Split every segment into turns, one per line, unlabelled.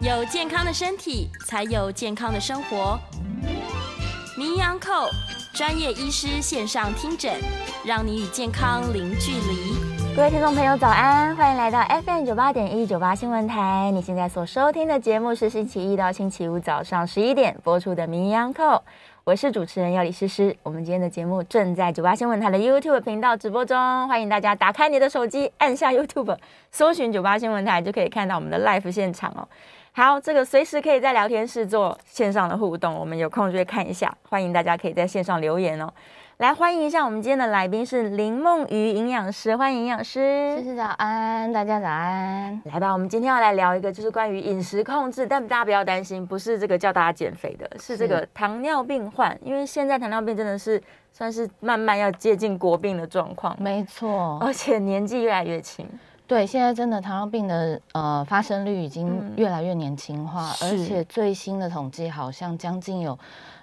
有健康的身体，才有健康的生活。名医扣专业医师线上听诊，让你与健康零距离。
各位听众朋友，早安！欢迎来到 FM 九八点一九八新闻台。你现在所收听的节目是星期一到星期五早上十一点播出的《名医扣。我是主持人要李诗诗。我们今天的节目正在九八新闻台的 YouTube 频道直播中，欢迎大家打开你的手机，按下 YouTube，搜寻九八新闻台，就可以看到我们的 live 现场哦。好，这个随时可以在聊天室做线上的互动，我们有空就会看一下，欢迎大家可以在线上留言哦。来，欢迎一下我们今天的来宾是林梦瑜营养师，欢迎营养
诗
师。
诗早安，大家早安。
来吧，我们今天要来聊一个，就是关于饮食控制，但大家不要担心，不是这个叫大家减肥的，是这个糖尿病患，因为现在糖尿病真的是算是慢慢要接近国病的状况，
没错，
而且年纪越来越轻，
对，现在真的糖尿病的呃发生率已
嗯
经越来越年轻化，而
是
且最新的统计好像将近有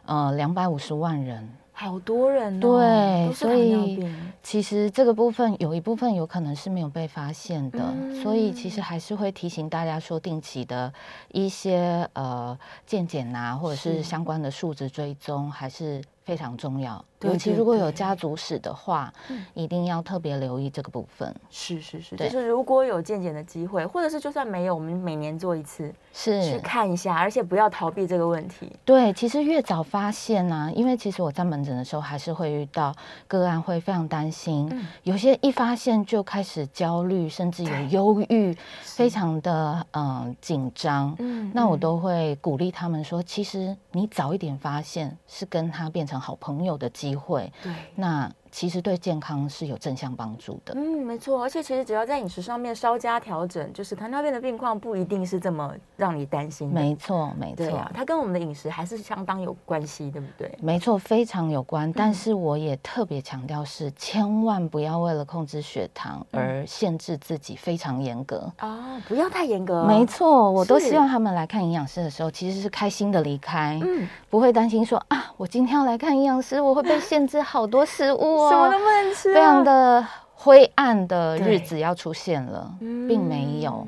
呃两百五十万人。
好多人、哦、
对
都是
所
糖尿
以
病，
其实这个部分有一部分有可能是没有被发现的，
嗯
所以其实还是会提醒大家说，定期的一些呃健检啊，或者
是
是相关的数值追踪，还是非常重要。
对
尤其
对
如果
对
有家族史的话，
嗯
一定要特别留意这个部分。
是是是，就
对
是如果有健检的机会，或者是就算没有，我们每年做一次去
是，
看一下，而且不要逃避这个问题。
对，其实越早发现呢、因为其实我在门诊的时候还是会遇到个案会非常担心，
嗯
有些一发现就开始焦虑，甚至有
对
忧郁，非常的嗯紧张。
嗯
那我
嗯
都会鼓励他们说，其实你早一点发现，是跟他变成好朋友的机会。
对。
那其实对健康是有正向帮助的。
嗯，没错，而且其实只要在饮食上面稍加调整，就是糖尿病的病况不一定是这么让你担心的。
没错，没
对
错
啊，，它跟我们的饮食还是相当有关系，对不对？
没错，非常有关。
嗯
但是我也特别强调是，千万不要为了控制血糖
嗯
而限制自己非常严格。
哦，不要太严格。
没，错，我都
是
希望他们来看营养师的时候，其实是开心的离开，
嗯，
不会担心说啊，我今天要来看营养师，我会被限制好多食物 哦，
什么都不能吃、啊
非常，的灰暗的
对
日子要出现了，
嗯
并没有。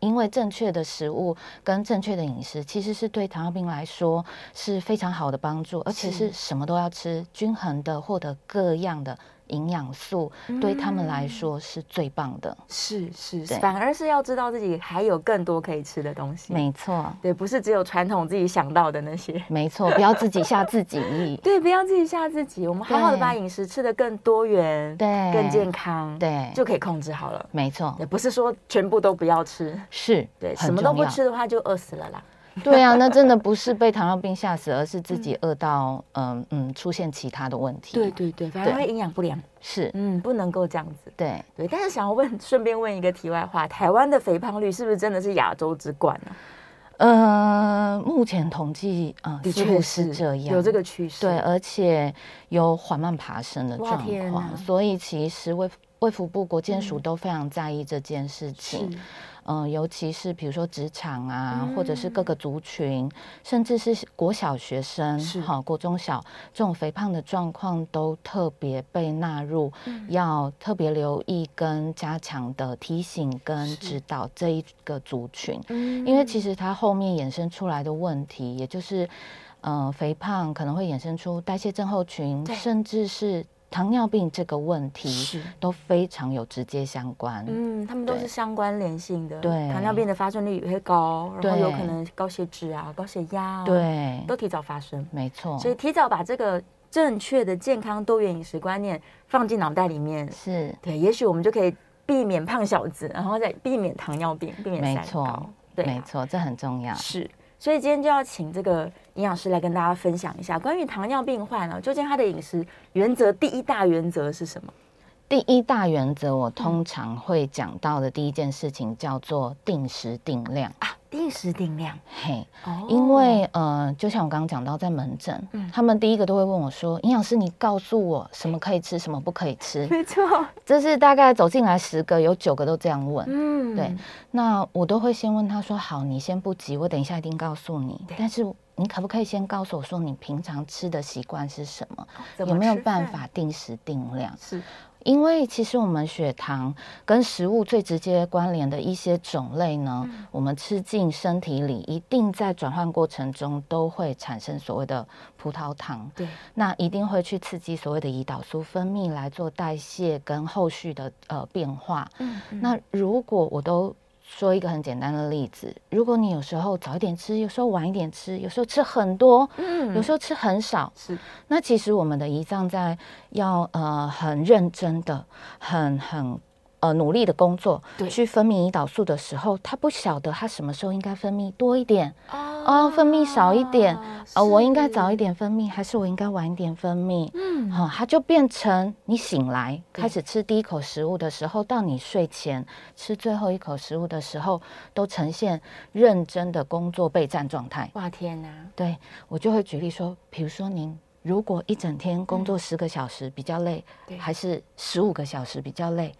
因为正确的食物跟正确的饮食，其实是对糖尿病来说是非常好的帮助，而且
是
是什么都要吃，均衡的获得各样的营养素，对他们
嗯
来说是最棒的。
是是，是
对
反而是要知道自己还有更多可以吃的东西。
没错，
对，不是只有传统自己想到的那些。。
没错，不要自己吓自己
对，不要自己吓自己，我们好好的
对
把饮食吃得更多元，
对
更健康，，
对，
就可以控制好了。
没错
也，不是说全部都不要吃，
是
对，
很
什么都
重
不
要
吃的话就饿死了啦。
对啊，那真的不是被糖尿病吓死，而是自己饿到嗯嗯出现其他的问题。
对，对对，反而
对
会营养不良，
是，
嗯，不能够这样子。
对，
对，但是想要问， 顺便问一个题外话，台湾的肥胖率是不是真的是亚洲之冠啊呢、
呃，目前统计啊、呃，
的
似乎
确
是这样，
有这个趋势。
对，，而且有缓慢爬升的
哇
状
天哪
况，所以其实卫卫福部、国健署
嗯
都非常在意这件事
是
情。嗯、尤其是比如说职场啊，或者是各
嗯
个族群，甚至是国小学生
是，
好、国中小这种肥胖的状况都特别被纳入，
嗯
要特别留意跟加强的提醒跟
是
指导这一个族群。
嗯
因为其实它后面衍生出来的问题，也就是，呃，肥胖可能会衍生出代谢症候群，
对
甚至是糖尿病这个问题，
是。
都非常有直接相关。
嗯，他们都
对
是相关联性的，
对
糖尿病的发生率也会高，然后有可
对
能高血脂啊、高血压啊，，
对，哦
都提早发生。
没错，
所以提早把这个正确的健康多元饮食观念放进脑袋里面，
是
对，也许我们就可以避免胖小子，然后再避免糖尿病，避免
没
三
错
高，对啊、
没错，这很重要。
是。所以今天就要请这个营养师来跟大家分享一下关于糖尿病患啊，究竟他的饮食原则第一大原则是什么？
第一大原则，我
嗯
通常会讲到的第一件事情叫做定时定量。
定时定量
嘿，
啊哦
因为呃，就像我刚刚讲到，在门诊，
嗯
他们第一个都会问我说：“营养师，你告诉我什么可以吃，什么不可以 吃
没错，？”
这是大概走进来十个，有九个都这样问。
嗯，
对，那我都会先问他说：“好，你先不急，我等一下一定告诉你
对。
但是你可不可以先告诉我说，你平常吃的习惯是什么？
怎么
有没有
吃
办
饭
法定时定量？”
是
因为其实我们血糖跟食物最直接关联的一些种类呢，
嗯
我们吃进身体里，一定在转换过程中都会产生所谓的葡萄糖，
对，
那一定会去刺激所谓的胰岛素分泌来做代谢跟后续的呃变化。
嗯，
那如果我都说一个很简单的例子，如果你有时候早一点吃，有时候晚一点吃，有时候吃很多，
嗯
有时候吃很少，
是
那其实我们的胰脏在要呃很认真的、很很呃努力的工作
对，
去分泌胰岛素的时候，它不晓得它什么时候应该分泌多一点，
哦
分泌少一点，呃，我应该早一
一，
点分泌，还是我应该晚一点分泌？
嗯，
好、它就变成你醒来
对
开始吃第一口食物的时候，到你睡前吃最后一口食物的时候，都呈现认真的工作备战状态。
哇天哪，
对我就会举例说，比如说您如果一整天工作十个小时比较累，
嗯对
还是十五个小时比较累，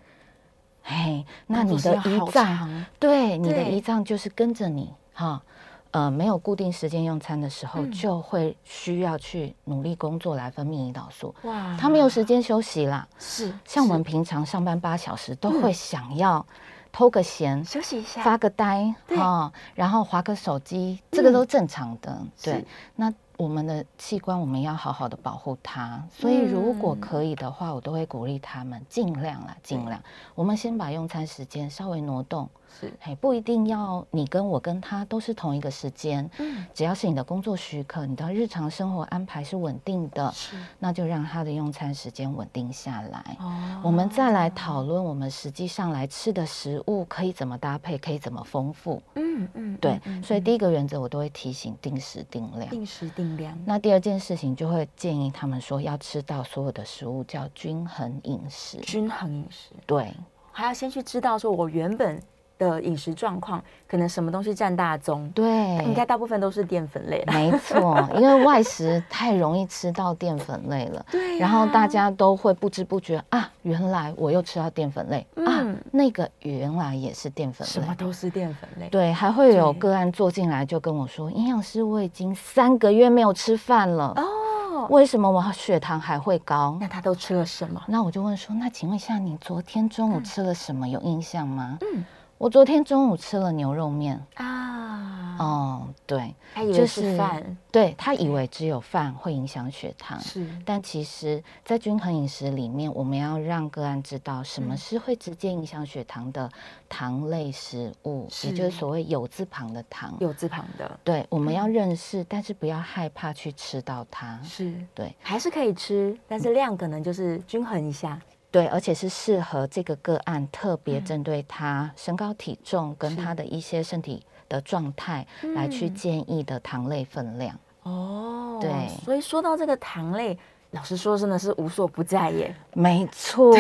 嘿，那
工
你
作
的
时间好
胰脏，
长
对你的
对
胰脏就是跟着你哈。呃，没有固定时间用餐的时候，
嗯
就会需要去努力工作来分泌胰岛素。
哇，
他没有时间休息啦，
是
像我们
是
平常上班八小时，都
嗯
会想要偷个闲，
休息一下，
发个呆
对嗯
哦，然后划个手机，这个都正常的。
是
对，那我们的器官我们要好好的保护它，所
嗯
以如果可以的话，我都会鼓励他们尽量啦，尽量。我们先把用餐时间稍微挪动，
是
嘿，不一定要你跟我跟他都是同一个时间，
嗯
只要是你的工作许可，你的日常生活安排是稳定的，
是
那就让他的用餐时间稳定下来。
哦
我们再来讨论我们实际上来吃的食物可以怎么搭配，可以怎么丰富。
嗯嗯
对
嗯，嗯
所以第一个原则我都会提醒定时定量。
定时定量，
那第二件事情就会建议他们说要吃到所有的食物叫均衡饮食。
均衡饮食，
对
还要先去知道说我原本的饮食状况，可能什么东西占大宗，应该
对，
大部分都是淀粉类了。
没错，因为外食太容易吃到淀粉类了。
对啊
然后大家都会不知不觉啊，原来我又吃到淀粉类、
嗯
啊，那个原来也是淀粉
什
类
么。都是淀粉类，
对，还会有
对
个案坐进来就跟我说，营养师，我已经三个月没有吃饭了，
哦，
为什么我血糖还会高
那？他都吃了什么？
那我就问说，那请问一下，你昨天中午吃了什么？有印象吗？
嗯
我昨天中午吃了牛肉面。
啊，
哦，对，
他以为是饭，
对他以为只有饭会影响血糖，
是
但其实，在均衡饮食里面，我们要让个案知道什么
嗯
是会直接影响血糖的糖类食物，也就
是
是所谓“有”字旁的糖。
有字旁的，
对，我们要认识，但是不要害怕去吃到它。
是
对
还是可以吃，但是量可能就是均衡一下。
对，而且是适合这个个案，特别针对他身高、体重跟
是
他的一些身体的状态来去建议的糖类分量。
哦，
对
所以说到这个糖类，老实说真的是无所不在耶。
没错，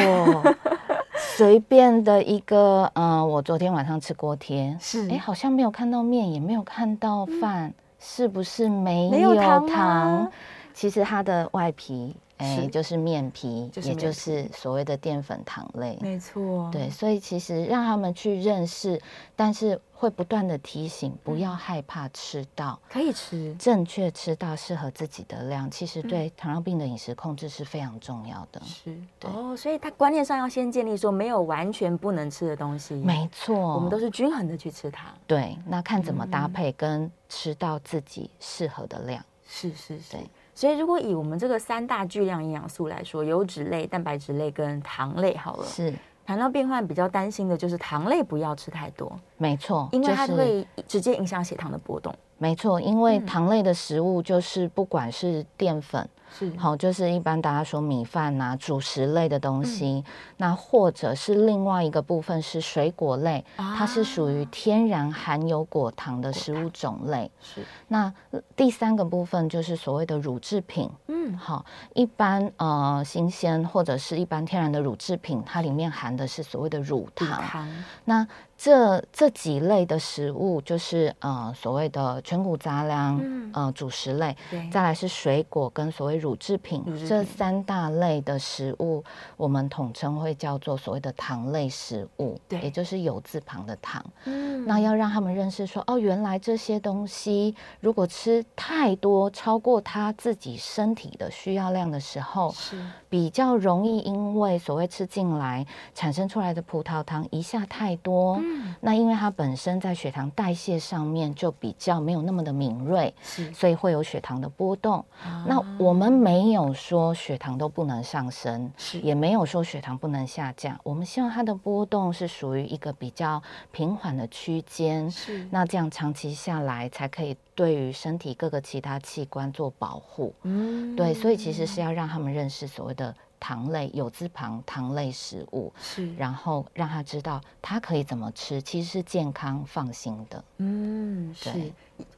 随便的一个，嗯、我昨天晚上吃锅贴，
是
哎，好像没有看到面，也没有看到饭，是不是
嗯
没
没有糖吗
糖其实它的外皮，哎
是，
就是面皮，
就是
也
面
就
皮
是所谓的淀粉糖类。
没错，
对，，所以其实让他们去认识，但是会不断的提醒，不
嗯
要害怕吃到，
可以吃。
正确吃到适合自己的量，其实对糖尿病的饮食控制是非常重要的。
嗯是
对
哦，所以他观念上要先建立说没有完全不能吃的东西，
没错，
我们都嗯是均衡的去吃它。
对，那看怎么搭配跟吃到自己适合的量。
是是是
对。
所以如果以我们这个三大巨量营养素来说，油脂类、蛋白质类跟糖类好了，
是，
糖尿病患比较担心的就是糖类不要吃太多，
没错，
因为
就
它
是
会直接影响血糖的波动。
没错，因为
嗯
糖类的食物就是不管是淀粉，
是
好，就是一般大家说米饭呐、主食类的东
嗯
西，那或者是另外一个部分是水果类，它
啊
是属于天然含有果糖的食物种类。
是
那呃第三个部分就是所谓的乳制品，
嗯
好，一般呃新鲜或者是一般天然的乳制品，它里面含的是所谓的乳
低
糖。
糖
那这这几类的食物，就是呃所谓的全谷杂粮，
嗯
呃主食类，
对
再来是水果跟所谓乳制品
乳制品
这三大类的食物，我们统称会叫做所谓的糖类食物，
对
也就是有字旁的糖。
嗯
那要让他们认识说，哦，原来这些东西如果吃太多，超过他自己身体的需要量的时候，
是
比较容易因为所谓吃进来产生出来的葡萄糖一下太多。
嗯
那因为它本身在血糖代谢上面就比较没有那么的敏锐，
是，
所以会有血糖的波动。
啊
那我们没有说血糖都不能上升，
是
也没有说血糖不能下降。我们希望它的波动是属于一个比较平缓的区间。
是
那这样长期下来，才可以对于身体各个其他器官做保护。
嗯
对，所以其实是要让他们认识所谓的糖类，有字旁糖类食物，
是
然后让他知道他可以怎么吃，其实是健康放心的。
嗯是
对，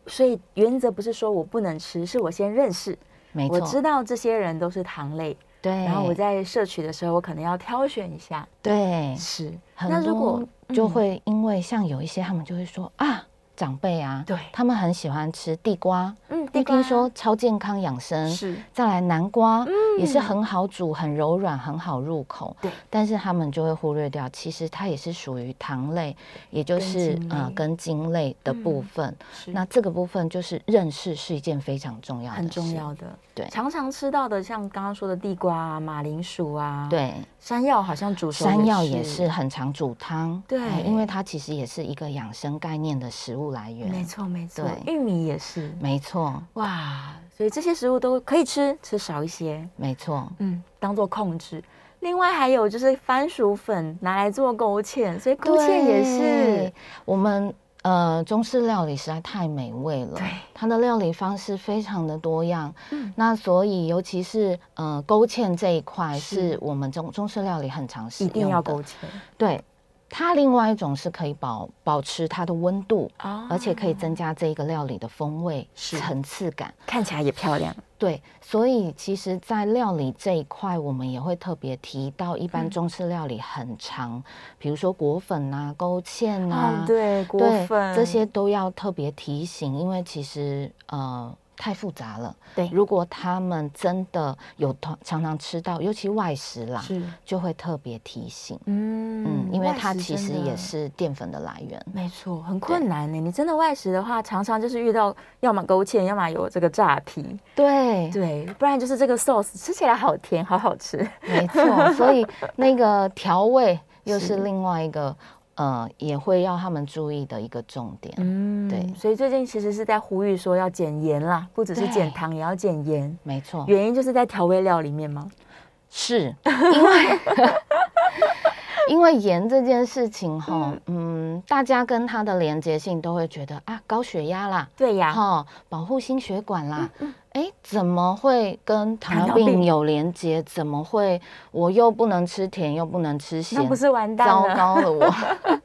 所以原则不是说我不能吃，是我先认识，
没
我知
错，
道这些人都是糖类，
对。
然后我在摄取的时候，我可能要挑选一下。
对
是，那
很
如果嗯
多就会因为像有一些他们就会说啊，长辈啊，
对
他们很喜欢吃地瓜，
嗯，
因
地
为
瓜
听说超健康养生。
是
再来南瓜，也是很好煮、很柔软、很好入口。
嗯对，
但是他们就会忽略掉，其实它也是属于糖类，也就
根
是
茎
呃
类
根茎类的部
嗯
分。
是
那这个部分就是认识是一件非常重要的，
很重。要的，
对
常常吃到的像刚刚说的地瓜啊、马铃薯啊，，
对，
山药好像煮熟
山药也是，很常煮汤，
对
哎因为它其实也是一个养生概念的食物来源。
没错没错，
对
玉米也是，
没错，
哇，所以这些食物都可以吃，吃少一些，
没错，
嗯，当做控制。另外还有就是番薯粉拿来做勾芡，所以勾芡也是
对。我们呃中式料理实在太美味了
对，嗯
它的料理方式非常的多样。那所以尤其是呃勾芡这一块，
是
是我们中中式料理很常使
一
用的。
定要勾芡
对，它另外一种是可以保保持它的温度，
啊
而且可以增加这一个料理的风味
是
层次感。
看起来也漂亮，
对，所以其实，在料理这一块，我们也会特别提到，一
嗯
般中式料理很长，比如说果粉啊、勾芡啊，
嗯，对，果
对
粉
这些都要特别提醒，因为其实呃太复杂了。
对
如果他们真的有常常常吃到，尤其外食啦，
是
就会特别提醒。
嗯
嗯，因为
外
它
食
其
真
实
的
也是淀粉的来源。
没错，很困难呢。你真的外食的话，常常就是遇到要么勾芡，要么有这个炸皮，
对，
对，不然就是这个 sauce 吃起来好甜，好好吃。
没错，所以那个调味又
是
是另外一个呃，也会要他们注意的一个重点。
嗯，
对
所以最近其实是在呼吁说要减盐啦，不只是
对哦
减糖，也要减盐。
没错，
原因就是在调味料里面吗？
是因为 因为盐这件事情哈，嗯，大家跟它的连接性都会觉得啊，高血压啦，
对呀，
哈，保护心血管啦。哎，怎么会跟
嗯
糖
糖尿
尿
病
病有连接？怎么会我又不能吃甜，又不能吃咸？
那不是完蛋
糟
了，
糕了我，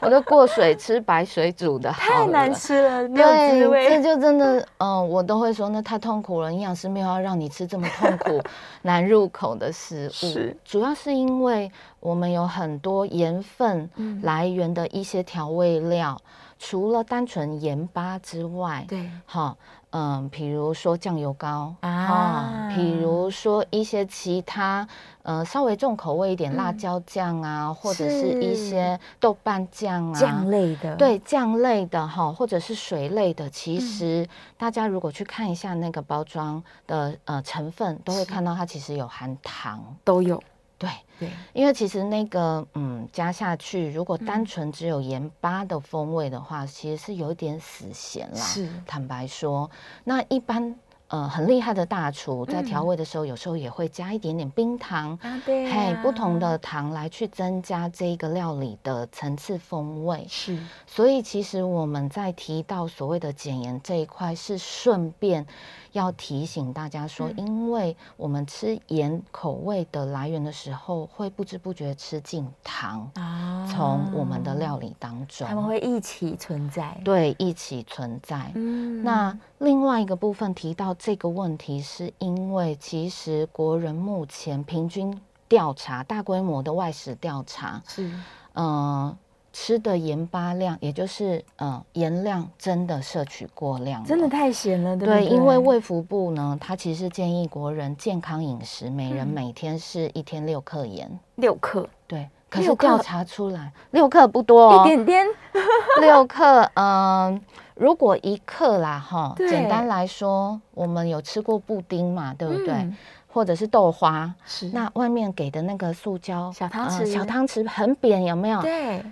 我都过水吃白水煮的，
太难。吃了，没有滋
对，这
味。
就真的，嗯、我都会说那太痛苦了。营养师没有要让你吃这么痛 苦、难入口的食
是
物，主要是因为我们有很多盐分
嗯
来源的一些调味料，除了单纯盐巴之外，
对，
哈，嗯，比如说酱油膏
啊
啊，比如说一些其他呃稍微重口味一点辣椒酱啊，或者是一
嗯是
些豆瓣酱啊，
酱类的，，
对酱类的哈，或者是水类的，
嗯
其实大家如果去看一下那个包装的呃成分，都会看到它其实有含糖。
都有。
对，
对，
因为其实那个嗯加下去，如果
嗯
单纯只有盐巴的风味的话，其实是有一点死咸啦。
是
坦白说，那一般呃很厉害的大厨在调味的时候，有时候也会加一点点冰糖。
啊，嗯对
嘿
呀
不同的糖来去增加这一个料理的层次风味。
是
所以其实我们在提到所谓的减盐这一块，是顺便要提醒大家说，
嗯
因为我们吃盐口味的来源的时候，会不知不觉吃进糖，
啊
从我们的料理当中，
他们会一起存在。
对一起存在。
嗯
那另外一个部分提到这个问题，是因为其实国人目前平均调查大规模的外食调查，
是
嗯，吃的盐巴量，也就是嗯盐量真的摄取过量了，
真的太咸了，对不
对，因为卫福部呢，它其实建议国人健康饮食，每人
嗯
每天是一天六克盐。
六克
对，可是
六克
调查出来六克不多哦，
一点点，
六克，嗯，如果一克啦，哈，
对
简单来说，我们有吃过布丁嘛，对不对？
嗯
或者是豆花，
是
那外面给的那个塑胶
小汤
呃
匙
小汤匙很扁，有没有？
对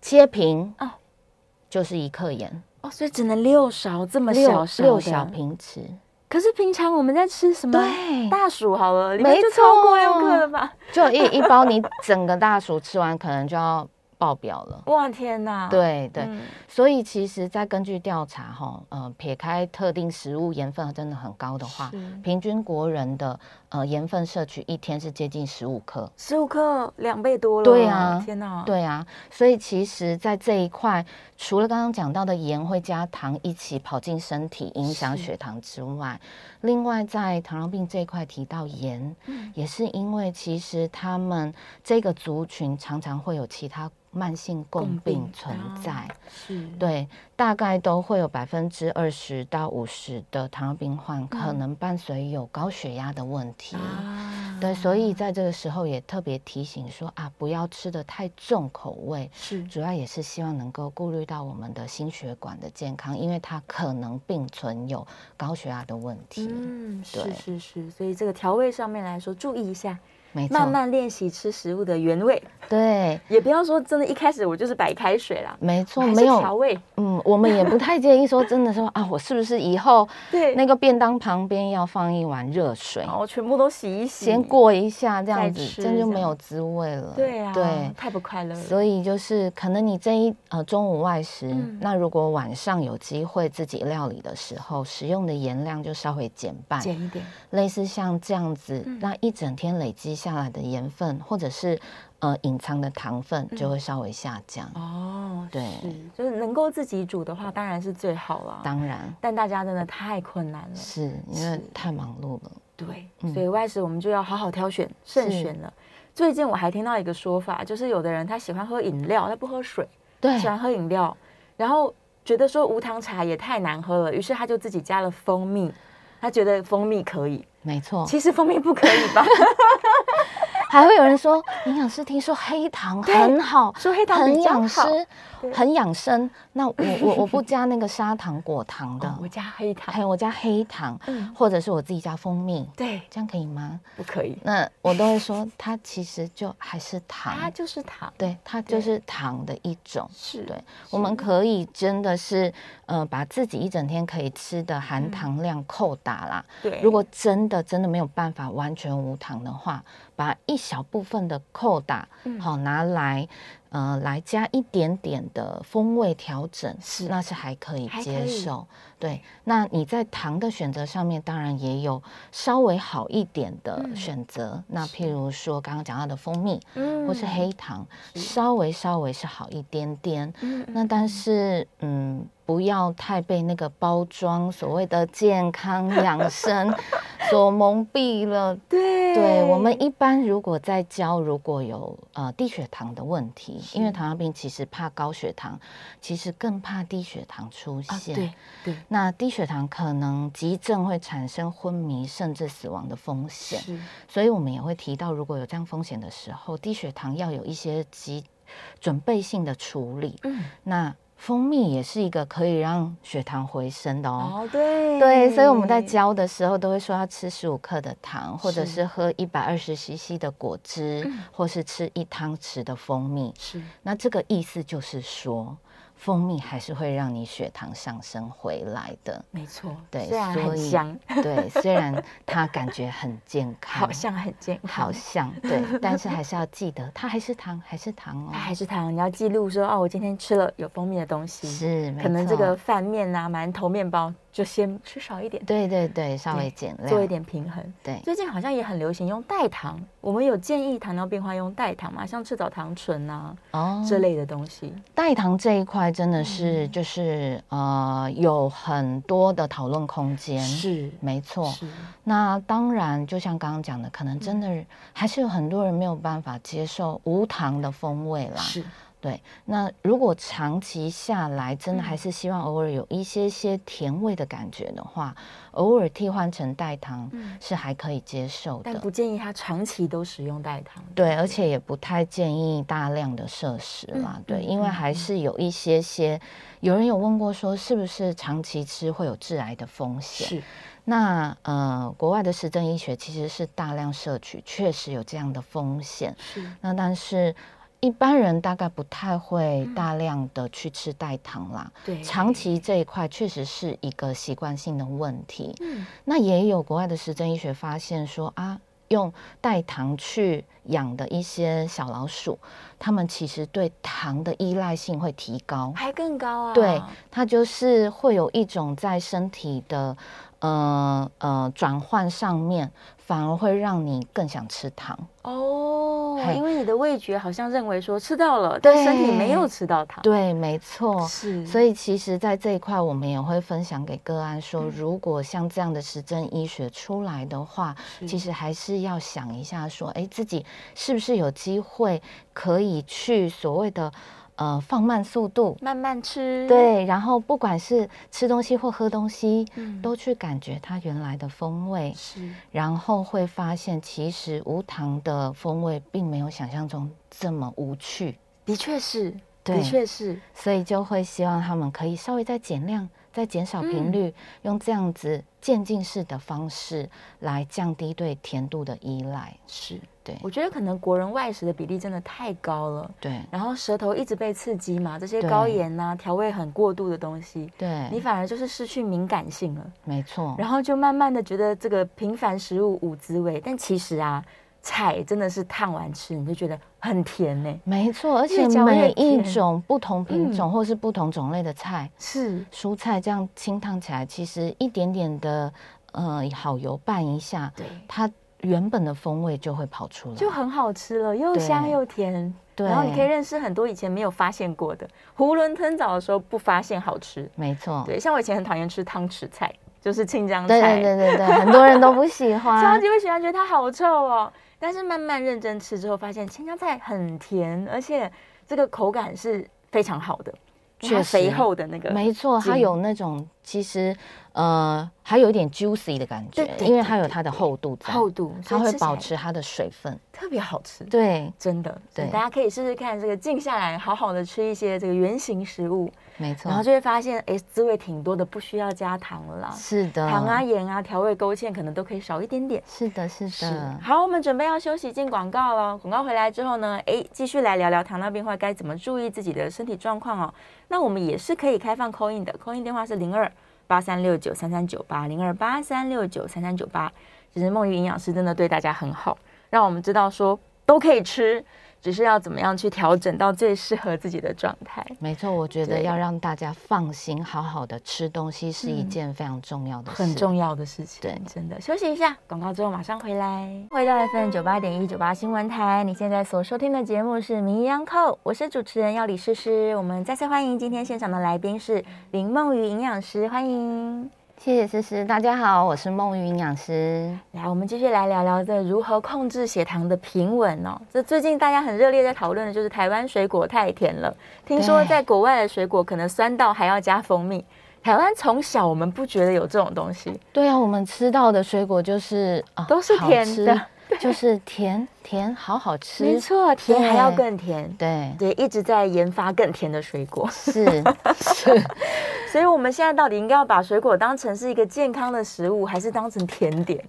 切平
哦
就是一克盐，
哦，所以只能六勺这么小
六
勺
六
的
小。平匙，
可是平常我们在吃什么
对
大薯好了，里面
没
就超过
错
六克了吧？
就一一包你整个大薯吃完，可能就要爆表 了。
哇天哪！
对对，
嗯
所以其实，在根据调查哈，呃，撇开特定食物盐分真的很高的话
是，
平均国人的呃盐分摄取一天是接近十五克。
十五克两倍多了。
对啊
天哪！，
对啊，所以其实，在这一块，除了刚刚讲到的盐会加糖一起跑进身体，影响血糖之外，另外在糖尿病这一块提到盐，
嗯
也是因为其实他们这个族群常常会有其他慢性
共
共病
病
存
啊
在。
是，
对，大概都会有百分之二十到五十的糖尿病患可能伴随有高血压的问题。
嗯啊
对，所以在这个时候也特别提醒说啊，不要吃的太重口味，
是
主要也是希望能够顾虑到我们的心血管的健康，因为它可能并存有高血压的问题。
嗯，是
对
是是，所以这个调味上面来说，注意一下，
没错，
慢慢练习吃食物的原味，
对，
也不要说真的，一开始我就是白开水啦，
没错，
还是
没
调
有，
味，
嗯，我们也不太建议说真的说啊，我是不是以后
对，哦
那个便当旁边要放一碗热水？
然后全部都洗一洗，
先过一下这样
嗯再
子，
吃
真就
这
没
样
有滋味了。
对啊，
对，
太不快乐了，
所以就是可能你这一呃中午外食，
嗯
那如果晚上有机会自己料理的时候，使用的盐量就稍微减半，
减一点，
类似像这样子，
嗯
那一整天累积下来的盐分或者是呃隐藏的糖分就会稍微下降。
嗯哦，
啊对
是，就是能够自己煮的话，当然是最好啦，
当然
但大家真的太困难了，
是因为太忙碌了，
对，
嗯
所以外食我们就要好好挑选慎
是
选了。最近我还听到一个说法，就是有的人他喜欢喝饮料，他不喝水，
对
喜欢喝饮料，然后觉得说无糖茶也太难喝了，于是他就自己加了蜂蜜，他觉得蜂蜜可以，
没错。
其实蜂蜜不可以吧？
还会有人说，营养师听说黑糖
对
很好，
说黑糖比
很
较
养
好
生
对，
很养生。那我 我我不加那个砂糖果糖的
哦，我加黑
还
糖，
有我加黑糖，
嗯
或者是我自己加蜂蜜，
对，
这样可以吗？
不可以，
那我都会说，它其实就还是
它
糖，
就是糖，
对，它就是糖的一种。
是，
对，我们可以真的是，呃，把自己一整天可以吃的含糖量扣打啦。
嗯对。
如果真的真的没有办法完全无糖的话，把一小部分的扣打
嗯
好、拿来，呃，来加一点点的风味调整，
是
那是还可以
还可
接
以
受。对，那你在糖的选择上面，当然也有稍微好一点的选择。那譬如说刚刚讲到的蜂蜜
嗯
或是黑糖，稍微稍微是好一点点。
嗯
那但是，嗯，不要太被那个包装所谓的健康 养生所蒙蔽了。
对
对我们一般如果在教，如果有呃低血糖的问题，因为
是
糖尿病其实怕高血糖，其实更怕低血糖出
啊，
现。
对对
那低血糖可能急症会产生昏迷甚至死亡的风险，
是
所以我们也会提到，如果有这样风险的时候，低血糖要有一些急准备性的处理。
嗯
那蜂蜜也是一个可以让血糖回升的哦。
哦对
对，所以我们在教的时候都会说要吃十五克的糖，或者
嗯是嗯
是喝一百二十 CC 的果汁，或是吃一汤匙的蜂蜜。
是
那这个意思就是说，蜂蜜还是会让你血糖上升回来的。
没错，
对
虽然
所
很
以
香，
对，虽然它感觉很健康，
好像很健康，
哎好像对， 但是还是要记得，它还是糖，还是糖哦
哎它。还是糖，你要记录说哦，我今天吃了有蜂蜜的东西，
是，没
可能这
错
个饭面啊、馒头、面包就先吃少一点，
对对对，啊稍
对
微减量，
做一点平衡。
对。
最近好像也很流行用代糖，我们有建议糖尿病患用代糖嘛，像赤藻糖醇啊、
哦
这类的东西。
代糖这一块真的
嗯
是就是、呃有很多的讨论空间，
是
没错。
是，
那当然，就像刚刚讲的，
嗯
可能真的还是有很多人没有办法接受无糖的风味啦。
是
对，那如果长期下来，真的
嗯
还是希望偶尔有一些些甜味的感觉的话，偶尔替换成代糖
嗯
是还可以接受
但
的。
不建议他长期都使用代糖。
对，而且也不太建议大量的摄食啦。
嗯
对，
嗯
因为
嗯
还是有一些些，有人有问过说，是不是长期吃会有致癌的风险？
是，
那呃，国外的实证医学其实是大量摄取，确实有这样的风险。
是
那但是一般人大概不太会
嗯
大量的去吃代糖啦。
对，
长期这一块确实是一个习惯性的问题。
嗯
那也有国外的实证医学发现说啊，用代糖去养的一些小老鼠，它们其实对糖的依赖性会提高。
还更高啊。
对，它就是会有一种在身体的呃呃转换上面，反而会让你更想吃糖。
哦，
嘿
因为你的味觉好像认为说吃到了，但身体没有吃到糖。
对，没错。
是，
所
以
以其实，在这一块，我们也会分享给个案说，如果像这样的实证医学出来的话，
嗯
其实还是要想一下说，哎，自己是不是有机会可以去所谓的呃放慢速度。
慢慢吃。，
对，然后不管是吃东西或喝东西，
嗯
都去感觉它原来的风味，
是
然后会发现其实无糖的风味并没有想象中这么无趣，
的确是，
对
的确是，
所以就会希望他们可以稍微再减量、再减少频
嗯
率，用这样子渐进式的方式来降低对甜度的依赖。
是。
对
我觉得可能国人外食的比例真的太高了，
对
然后舌头一直被刺激嘛，这些
对
高盐呐、调味很过度的东西，你
对，
反而就是失去敏感性了，
没错，
然后就慢慢的觉得这个平凡食物无滋味，但其实啊，菜真的是烫完吃你就觉得很甜欸呢、
没错，而且
嚼越
每一
甜嗯
种不同品种或是不同种类的菜。
是
蔬菜这样清烫起来，其实一点点的呃好油拌一下，
对，
它原本的风味就会跑出来。
就很好吃了，又
对
香又甜。
对
然后你可以认识很多以前没有发现过的，囫囵吞枣的时候不发现好吃。
没错，
对，像我以前很讨厌吃汤匙菜，就是青江菜，
对对啊对对对，很多人都不喜
超
欢。
级不喜欢，觉得它好臭哦。但是慢慢认真吃之后，发现青江菜很甜，而且这个口感是非常好的，因为它
确实
肥厚的那个，
没错，它
筋
有那种其实呃还有一点 juicy 的感觉
对，对
因为它有它的厚度在，
厚度，所
它
以
会
吃起
保
来
持它的水分。
特别好吃。
对，
真的，对，
对
大家可以试试看，这个静下来，好好的吃一些这个原形食物，
没错
然后，就会发现，哎，滋味挺多的，不需要加糖了啦。
是的，
糖啊、盐啊、调味勾芡可能都可以少一点点。
是的，是的，
好，我们准备要休息进广告了。广告回来之后呢，哎，继续来聊聊糖尿病患该怎么注意自己的身体状况哦。那我们也是可以开放 call in 的，call in 电话是零二八三六九三三九八零二八三六九三三九八。其实梦怡营养师真的对大家很好，让我们知道说都可以吃，只是要怎么样去调整到最适合自己的状态。
没错，我觉得
对
要让大家放心，好好的吃东西是一
嗯
件非常重要的事，
很重要的事情。
对
真的休息一下，广告之后马上回来。回到 FM 九八点一九八新闻台，你现在所收听的节目是《名医央叩》，我是主持人要李诗诗。我们再次欢迎今天现场的来宾是林梦瑜营养师，欢迎。
谢谢思思，大家好，我是梦云营养师。
来，我们继续来聊聊这如何控制血糖的平稳哦。这最近大家很热烈在讨论的就是台湾水果太甜了，听说
对
在国外的水果可能酸到还要加蜂蜜。台湾从小我们不觉得有这种东西，
对啊，我们吃到的水果就是啊，
都是
好
甜
吃
的，
就是甜甜，好好吃。
没，错，甜还要
对
更甜。
对，
对，一直在研发更甜的水果，
是是。
所以我们现在到底应该要把水果当成是一个健康的食物，还是当成甜点？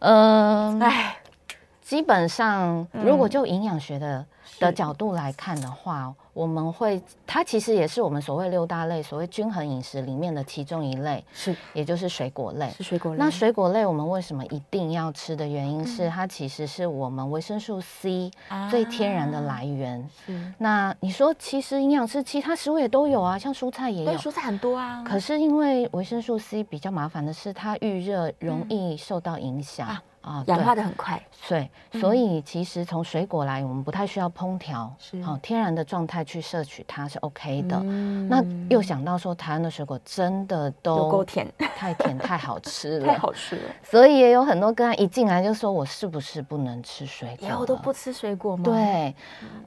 嗯、
哎，
基本上如果就营养学的、的角度来看的话，我们会它其实也是我们所谓六大类，所谓均衡饮食里面的其中一类，
是
也就是水果类。
是水果类，
那水果类我们为什么一定要吃的原因是，它其实是我们维生素 C
嗯啊
最天然的来源。
是
那你说，其实营养师其他食物也都有啊，像蔬菜也
对
有。
蔬菜很多啊，
可是因为维生素 C 比较麻烦的是，它遇热容易受到影响
嗯啊
啊、啊，
氧
对
化的嗯很快，
对，所以其实从水果来，我们不太需要烹调，
是
好、天然的状态去摄取它是 OK 的。
嗯
那又想到说，台湾的水果真的
有够
都
甜，
太甜、太好吃 了，
太好吃了。
所以也有很多个案一进来就说我是不是不能吃水果
以
了？
后都不吃水果吗？，
对，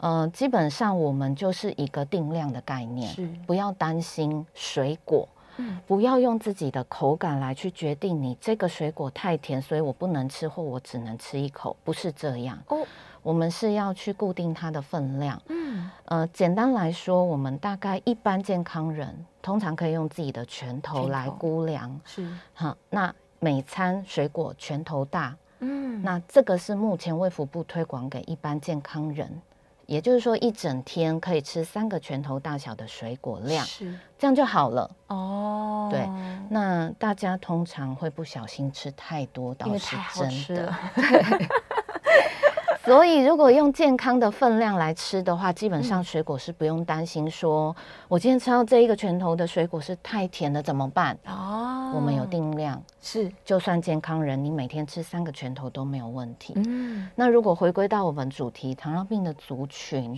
呃，基本上我们就是一个定量的概念，
是
不要担心水果。
嗯
不要用自己的口感来去决定你这个水果太甜，所以我不能吃，或我只能吃一口，不是这样。
哦，
我们是要去固定它的分量。
嗯，
呃，简单来说，我们大概一般健康人通常可以用自己的拳头
拳
来
头
估量。
是，
好，那每餐水果拳头大，
嗯，
那这个是目前卫福部推广给一般健康人，也就是说一整天可以吃三个拳头大小的水果量，
是
这样就好了。
哦，
对那大家通常会不小心吃太多，
因
倒
为
是
太好吃
真的。
了，
所以如果用健康的分量来吃的话，基本
嗯
上水果是不用担心说，我今天吃到这一个拳头的水果是太甜了怎么办？
哦
我们有定量，
是，
就算健康人，你每天吃三个拳头都没有问题。
嗯，
那如果回归到我们主题，糖尿病的族群，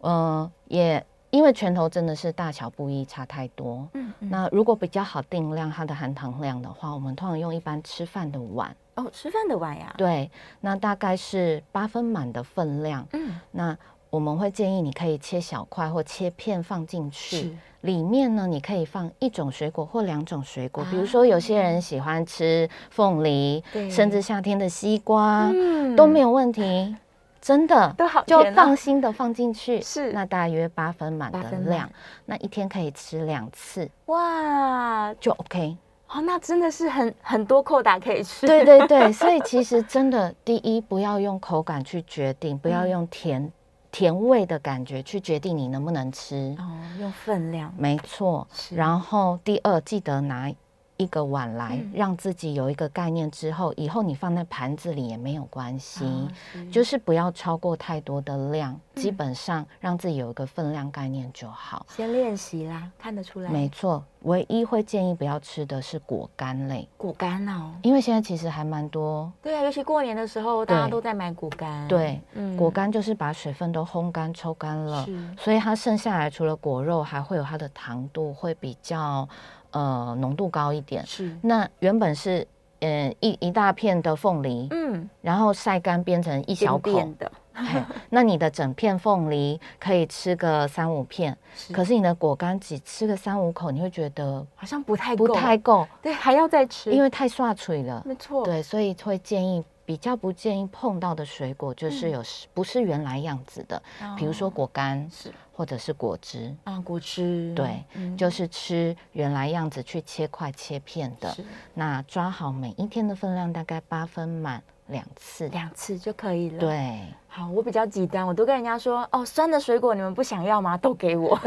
呃，也因为拳头真的是大小不一，差太多。
嗯嗯
那如果比较好定量它的含糖量的话，我们通常用一般吃饭的碗，
哦，吃饭的碗呀，
对，那大概是八分满的分量。
嗯，
那我们会建议你可以切小块或切片放进
是
去，里面呢你可以放一种水果或两种水果，比
啊
如说有些人喜欢吃凤梨，
对
甚至夏天的西瓜，
嗯
都没有问题，真的
都好
就
甜哦
放心的放进去。
是
那大约八分满
八
的
分满
量，那一天可以吃两次
哇，
就 OK。
哦，那真的是很很多扣打可以吃，
对对对， 所以其实真的，第一不要用口感去决定，不要
嗯
用甜、甜味的感觉去决定你能不能吃。
哦，用分量哦
没错，
是
然后第二，记得拿一个碗来，
嗯
让自己有一个概念之后，以后你放在盘子里也没有关系，
哦
就是不要超过太多的量，基
嗯
本上让自己有一个分量概念就好。
先练习啦，看得出来，
没错，唯一会建议不要吃的是果干类，
果干哦，
因为现在其实还蛮多。
对啊，尤其过年的时候，大家
对
都在买果干，
对，
嗯
果干就是把水分都烘干、抽干了
是，
所以它剩下来除了果肉，还会有它的糖度会比较呃浓度高一点。
是，
那原本是嗯一一大片的凤梨，
嗯，
然后晒干变成一小
扁
口
扁，的，
嘿那你的整片凤梨可以吃个三五片，
是
可是你的果干只吃个三五口，你会觉得
好像不太
不
够
太够，
对，还要再吃，
因为太刷嘴了。
没错，
对，所以会建议比较不建议碰到的水果，就是
嗯
有是不是原来样子的，比如说果干
哦是
或者是果汁，
嗯啊，果汁，
对
嗯，
就是吃原来样子去切块切片的
是。
那抓好每一天的分量，大概八分满两次。
两次就可以了。，
对，
好，我比较极端，我都跟人家说，哦，酸的水果你们不想要吗？都给 我，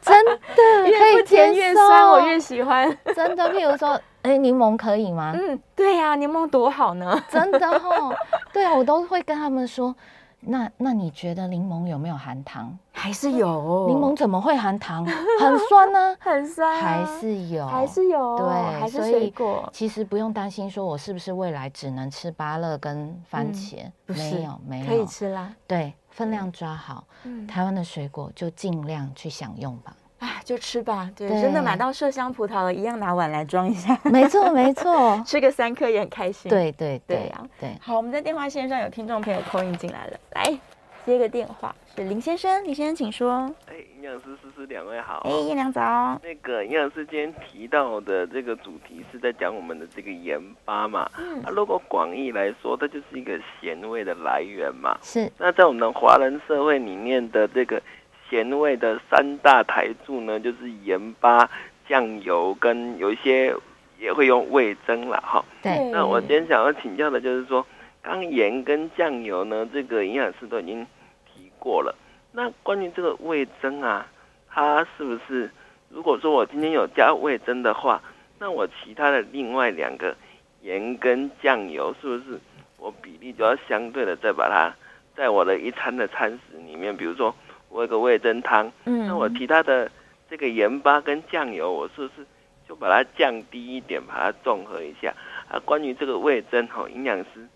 真的 可
越
以
不甜
接
越酸，我
受
越喜欢。
真的。譬如说， 哎，柠檬可以吗？
嗯，对呀、柠檬多好呢。
真的哦，对啊，我都会跟他们说。那那你觉得柠檬有没有含糖？
还是有
柠檬怎么会含糖？很酸呢、
很酸哦 啊、
还是有，
还是有，
对，
还是
所以
水果，
其实不用担心，说我是不是未来只能吃芭乐跟番茄？
嗯不是
没有，没有，
可以吃啦。
对，分量抓好，
嗯，
台湾的水果就尽量去享用 吧。
哎，就吃吧。对，
对
真的买到麝香葡萄了，一样拿碗来装一下，
没错，没错，
吃个三颗也很开心。，
对对
对
对
啊
对，
好，我们在电话线上有听众朋友扣音进来了，来接个电话，是林先生，林先生请说。
哎，营养师思思，两位好。
哎，叶良早，
那个营养师今天提到的这个主题是在讲我们的这个盐巴嘛，
嗯
啊，如果广义来说，它就是一个咸味的来源嘛。
是
那在我们的华人社会里面的这个咸味的三大台柱呢，就是盐巴、酱油跟有一些也会用味增啦，哈。
对，
那我今天想要请教的就是说，刚盐跟酱油呢，这个啊营养师都已经提过了。那关于这个味增啊，它是不是如果说我今天有加味增的话，那我其他的另外两个盐跟酱油是不是我比例就要相对的再把它在我的一餐的餐食里面，比如说我有个味增汤，
嗯
那我其他的这个盐巴跟酱油，我是不是就把它降低一点，把它综合一下？啊，关于这个味增哈，营养师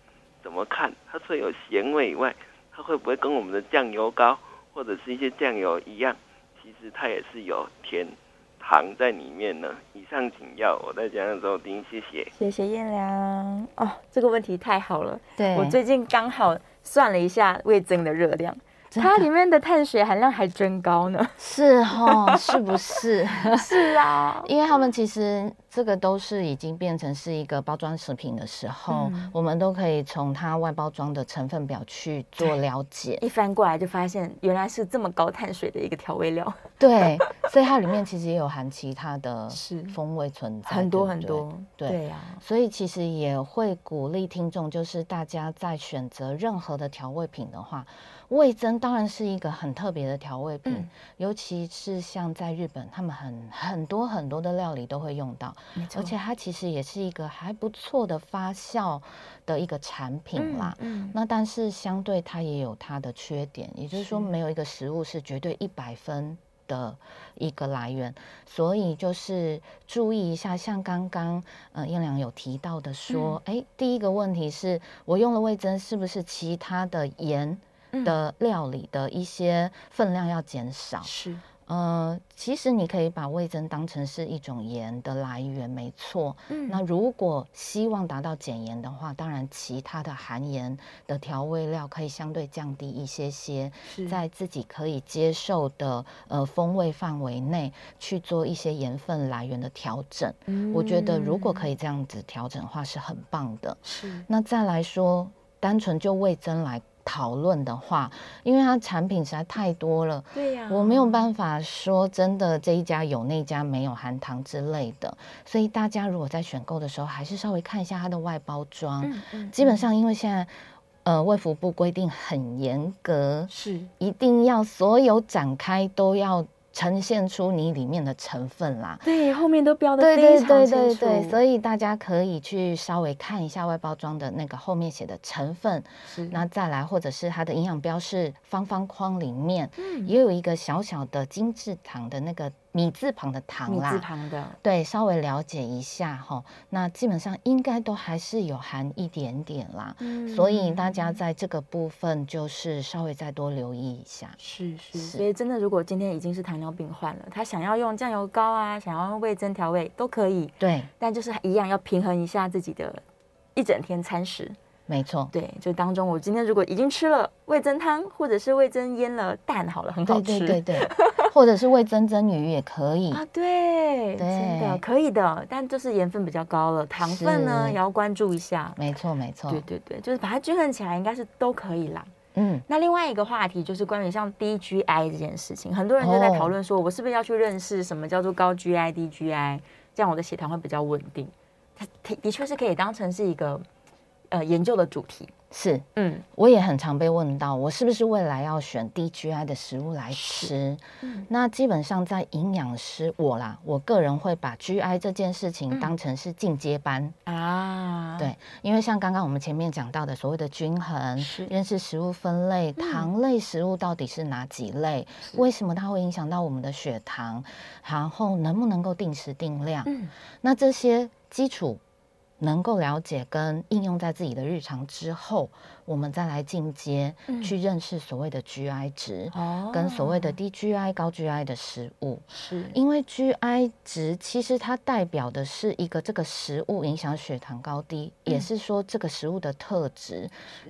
怎么看？它除了有咸味以外，它会不会跟我们的酱油膏或者是一些酱油一样，其实它也是有甜糖在里面呢？以上请要，我在讲的时候丁，谢谢。
谢谢燕良哦，这个问题太好了。
对，
我最近刚好算了一下味增的热量，
真的
它里面的碳水含量还真高呢。
是哈，是不是？
是啊，
因为他们其实这个都是已经变成是一个包装食品的时候，
嗯
我们都可以从它外包装的成分表去做了解。
一翻过来就发现原来是这么高碳水的一个调味料，
哦 对，所以它里面其实也有含其他的
是
风味存在，
很多
对
很
不对
多。
对
对啊，
所以其实也会鼓励听众，就是大家在选择任何的调味品的话，味增当然是一个很特别的调味品，
嗯
尤其是像在日本，他们很很多很多的料理都会用到，
没错
而且它其实也是一个还不错的发酵的一个产品啦。
嗯，
那但是相对它也有它的缺点，也就是说
是
没有一个食物是绝对一百分的一个来源，所以就是注意一下，像刚刚呃燕良有提到的说，
嗯
哎、第一个问题是我用了味增，是不是其他的盐
嗯
的料理的一些分量要减少？
是
呃，其实你可以把味增当成是一种盐的来源，没错。
嗯
那如果希望达到减盐的话，当然其他的含盐的调味料可以相对降低一些些，
是
在自己可以接受的呃风味范围内去做一些盐分来源的调整。我觉得如果可以这样子调整的话，是很棒的。
嗯是
那再来说，单纯就味增来讨论的话，因为它产品实在太多了，
对呀，
我没有办法说真的这一家有那家没有含糖之类的，所以大家如果在选购的时候，还是稍微看一下它的外包装。
嗯嗯
基本上因为现在呃卫福部规定很严格，
是
一定要所有展开都要呈现出你里面的成分啦。
对，后面都标的
对
非
对
常
对
清
对
楚，
对，所
以
以大家可以去稍微看一下外包装的那个后面写的成分，
是
那再来或者是它的营养标示方方框里面，
嗯
也有一个小小的精致糖的那个米字旁的糖
米字
啦。
旁的
对，稍微了解一下哈，那基本上应该都还是有含一点点啦，
嗯
所以大家在这个部分就是稍微再多留意一下。
是是，
是
所以真的，如果今天已经是糖尿病患了，他想要用酱油膏啊，想要用味增调味都可以，
对，
但就是一样要平衡一下自己的一整天餐食。
没错，
对，就当中我今天如果已经吃了味增汤，或者是味增腌了蛋，好了，很好
对
吃。
对对对，或者是味增蒸鱼也可以。
啊，对，
对
真的可以的，但就是盐分比较高了，糖分呢
是哦
也要关注一下。
没错，没错
对，对对，就是把它均衡起来，应该是都可以啦。
嗯，
那另外一个话题就是关于像 DGI 这件事情，很多人就在
哦
讨论说，我是不是要去认识什么叫做高 GI、DGI，这样我的血糖会比较稳定。它的的确是可以当成是一个呃研究的主题。
是，
嗯，
我也很常被问到，我是不是未来要选 DGI 的食物来吃？
嗯
那基本上在营养师我啦，我个人会把 GI 这件事
嗯
情当成是进阶班，
啊，
对，因为像刚刚我们前面讲到的所谓的均衡
是，嗯
认识食物分类，糖类食物到底是哪几类？为什么它会影响到我们的血糖？然后能不能够定时定量？
嗯
那这些基础能够了解跟应用在自己的日常之后，我们再来进阶、去认识所谓的 GI 值。
嗯哦
跟所谓的低 GI、高 GI 的食物，
是
因为 GI 值其实它代表的是一个这个食物影响血糖高低，也
嗯
是说这个食物的特质，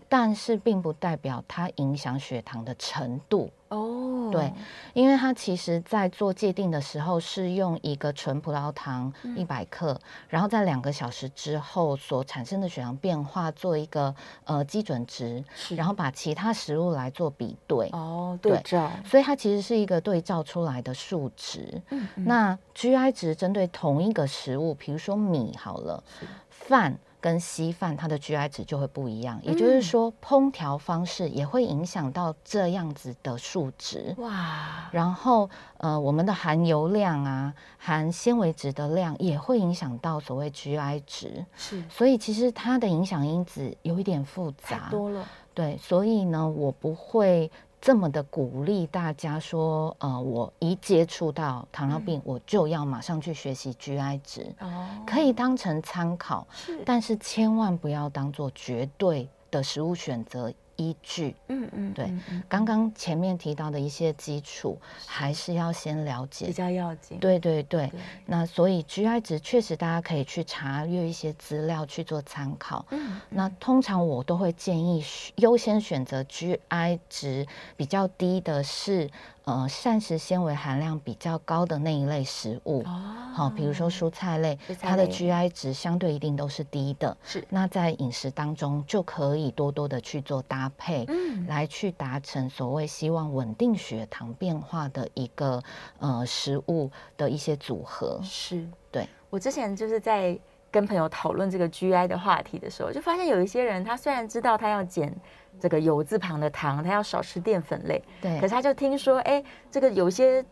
但是并不代表它影响血糖的程度。
哦，
对，因为它其实在做界定的时候是用一个纯葡萄糖
嗯
一百克，然后在两个小时之后所产生的血糖变化做一个呃基准值，
是
然后把其他食物来做比对。
哦对
对
照，
所以它其实是一个对照出来的数值。
嗯
那 GI 值针对同一个食物，比如说米好了，饭跟稀饭，它的 GI 值就会不一样。也
嗯
就是说，烹调方式也会影响到这样子的数值。
哇，
然后，呃，我们的含油量啊，含纤维质的量也会影响到所谓 GI 值，
是
所以其实它的影响因子有一点复杂。
太多了，
对，所以呢，我不会这么的鼓励大家说，呃，我一接触到糖尿病，我就要马上去学习 GI 值，
哦，
可以当成参考，
是，
但是千万不要当做绝对的食物选择依据。
嗯嗯，
对
嗯，嗯
刚刚前面提到的一些基础，还是要先了
比
解。
较要紧。
对对对，
对，
那所以 GI 值确实大家可以去查阅一些资料去做参考。
嗯，
那通常我都会建议选优先选择 GI 值比较低的是，呃，膳食纤维含量比较高的那一类食物。
哦
嗯好，比如说蔬菜类，
蔬菜
它的
类
GI 值相对一定都是低的。
是，
那在饮食当中就可以多多的去做搭配，
嗯，
来去达成所谓希望稳定血糖变化的一个呃食物的一些组合。
是，
对
我之前就是在跟朋友讨论这个 GI 的话题的时候，就发现有一些人，他虽然知道他要减这个油字旁的糖，他要少吃淀粉类，
对，
可是他就听说，哎，这个有些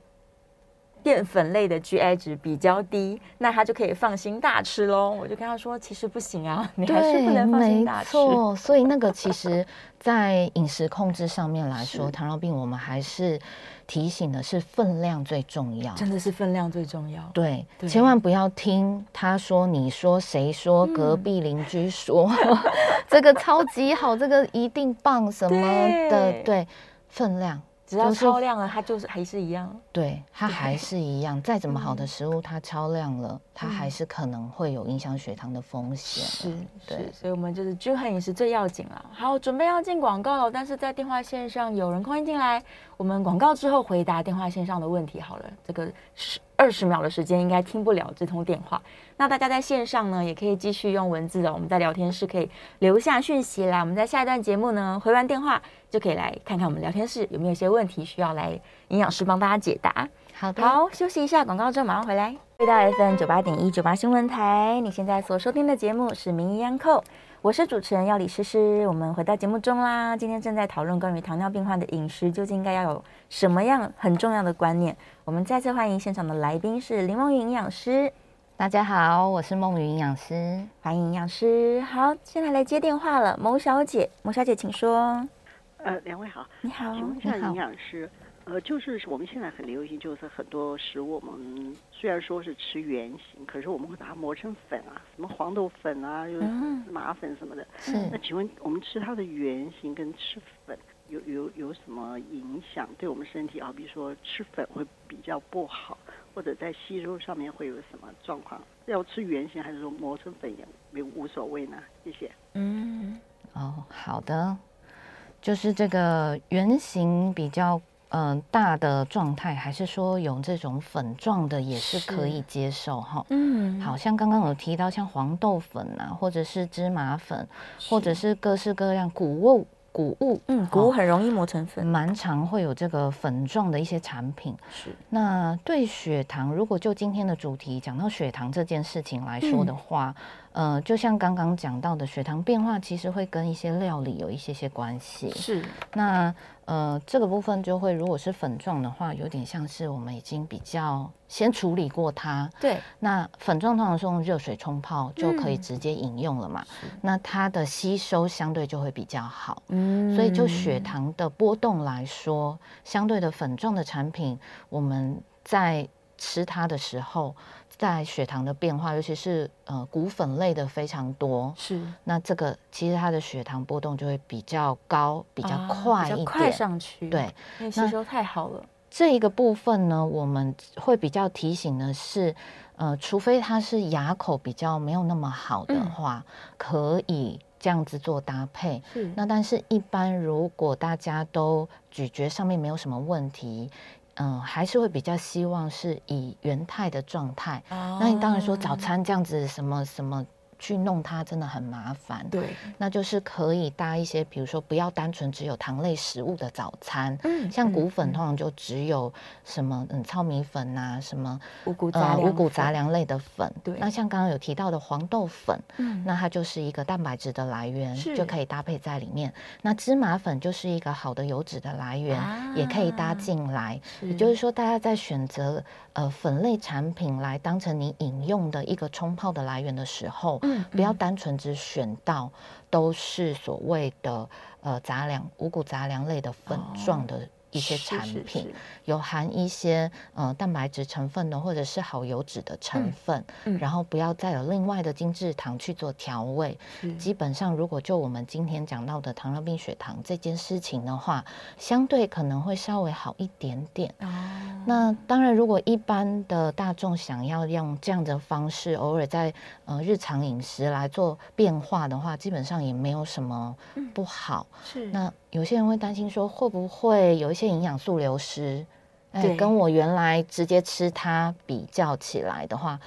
淀粉类的 GI 值比较低，那他就可以放心大吃喽。我就跟他说，其实不行啊， 你还是不能放心
没
大吃。
错，所以那个 其实，在饮食控制上面来说，
是
糖尿病我们还是提醒的是分量最重要。
真的是分量最重要。
对，
对
千万不要听他说、你说、谁说、隔
嗯
壁邻居说， 这个超级好，这个一定棒什么
对
的，对，分量。
只要
就是
超量了，它就是还是一样。
对，它还是一样，再怎
嗯
么好的食物，它超量了，它还是可能会有影响血糖的风险。
是，是，
对
所以我们就是均衡饮食最要紧了。好，准备要进广告了，但是在电话线上有人空音进来，我们广告之后回答电话线上的问题好了。这个十二十秒的时间应该听不了这通电话。那大家在线上呢，也可以继续用文字的，我们在聊天室可以留下讯息来，我们在下一段节目呢回完电话就可以来看看我们聊天室有没有一些问题需要来营养师帮大家解答。
好的，
好，休息一下，广告之后马上回来。回到 FM 九八点一九八新闻台，你现在所收听的节目是《名医央叩》，我是主持人要李诗诗。我们回到节目中啦，今天正在讨论关于糖尿病患的饮食究竟应该要有什么样很重要的观念。我们再次欢迎现场的来宾是林梦云营养师，
大家好，我是梦云营养师。
欢迎营养师。好，现在来接电话了，某小姐，某小姐请说。
呃，两位好，
哦你好，
请问一下营养师，呃，就是我们现在很流行，就是很多食物我们虽然说是吃原形，可是我们会把它磨成粉啊，什么黄豆粉啊，又
嗯
是麻粉什么的。那
是，
请问我们吃它的原形跟吃粉有有有什么影响对我们身体啊？比如说吃粉会比较不好，或者在吸收上面会有什么状况？要吃原形还是说磨成粉也没无所谓呢？谢谢。
嗯，
哦，好的，就是这个圆形比较嗯、呃大的状态，还是说有这种粉状的也是可以接受哈。
嗯，
好像刚刚有提到像黄豆粉啊，或者是芝麻粉，
是，
或者是各式各样谷物谷物，
嗯，
好
谷物很容易磨成粉，
蛮常会有这个粉状的一些产品。
是，
那对血糖，如果就今天的主题讲到血糖这件事情来说
嗯
的话，呃，就像刚刚讲到的，血糖变化其实会跟一些料理有一些些关系。
是，
那呃，这个部分就会，如果是粉状的话，有点像是我们已经比较先处理过它。
对，
那粉状通常是用热水冲泡就可以
嗯
直接饮用了嘛，那它的吸收相对就会比较好。
嗯
所以就血糖的波动来说，相对的粉状的产品，我们在吃它的时候，在血糖的变化，尤其是呃谷粉类的非常多，
是
那这个其实它的血糖波动就会比较高，比
啊比
较快
比较
一
快
点。
上去，
对，
因为吸
那
收太好了，
这一个部分呢，我们会比较提醒的是，呃，除非它是牙口比较没有那么好的
嗯
话，可以这样子做搭配。
是
那但是，一般如果大家都咀嚼上面没有什么问题，嗯、还是会比较希望是以原态的状态。
哦
那你当然说早餐这样子什么什么去弄它，真的很麻烦。
对，
那就是可以搭一些，比如说不要单纯只有糖类食物的早餐，
嗯
像谷
嗯
粉通常就只有什么嗯糙米粉呐、什么
五谷杂
呃
粮，
五谷杂，粮类的粉。
对
那像刚刚有提到的黄豆粉，
嗯，
那它就是一个蛋白质的来源
是，
就可以搭配在里面。那芝麻粉就是一个好的油脂的来源，也可以
啊
搭进来。也就是说，大家在选择呃粉类产品来当成你饮用的一个冲泡的来源的时候，
嗯
不要单纯只选到都是所谓的呃杂粮、五谷杂粮类的粉状的一些产品。
哦是是是
有含一些呃蛋白质成分的，或者是好油脂的成分，
嗯嗯
然后不要再有另外的精制糖去做调味。
是
基本上，如果就我们今天讲到的糖尿病血糖这件事情的话，相对可能会稍微好一点点。
哦，
那当然，如果一般的大众想要用这样的方式，偶尔在呃日常饮食来做变化的话，基本上也没有什么
嗯
不好。
是
那有些人会担心说，会不会有一些营养素流失？哎，
对
跟我原来直接吃它比较起来的话，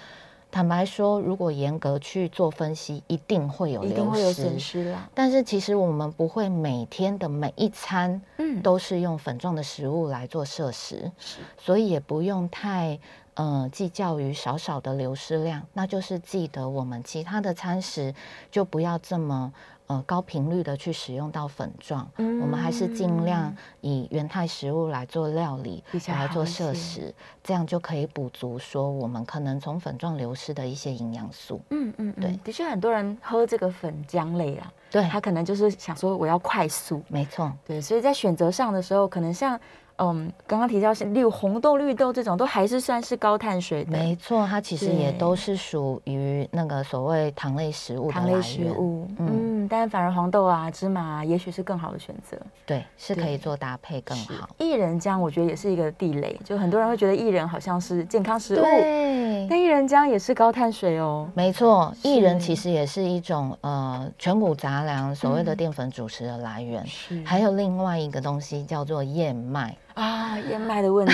坦白说，如果严格去做分析，一定会有
一
流
定会有损
失。
失啦。
但是其实我们不会每天的每一餐
嗯，
都是用粉状的食物来做摄食，所以也不用太呃计较于少少的流失量，那就是记得我们其他的餐食就不要这么呃高频率的去使用到粉状，我们还是
嗯
尽量以原态食物来做料理
比，较
来
好
做
一
摄
些
食，这样就可以补足说我们可能从粉状流失的一些营养素。
嗯嗯，嗯
对哎
的确很多人喝这个粉浆类啦，
对，
他可能就是想说我要快速，
没错，
对，所以在选择上的时候，可能像嗯刚刚提到是，例如红豆、绿豆这种，都还是算是高碳水的
没错，它其实也
对
都是属于那个所谓糖类食物的
糖
来
类
源。
食物，
嗯
嗯，但反而黄豆啊、芝麻啊，也许是更好的选择。
对，是可
对
以做搭配更好。
薏仁浆我觉得也是一个地雷，就很多人会觉得薏仁好像是健康食物，但
对，
薏仁浆也是高碳水哦。
没错，薏仁
是嗯
其实也是一种呃全谷杂粮所谓的淀粉主食的来源。
是
还有另外一个东西叫做燕麦，
啊，燕麦的 问题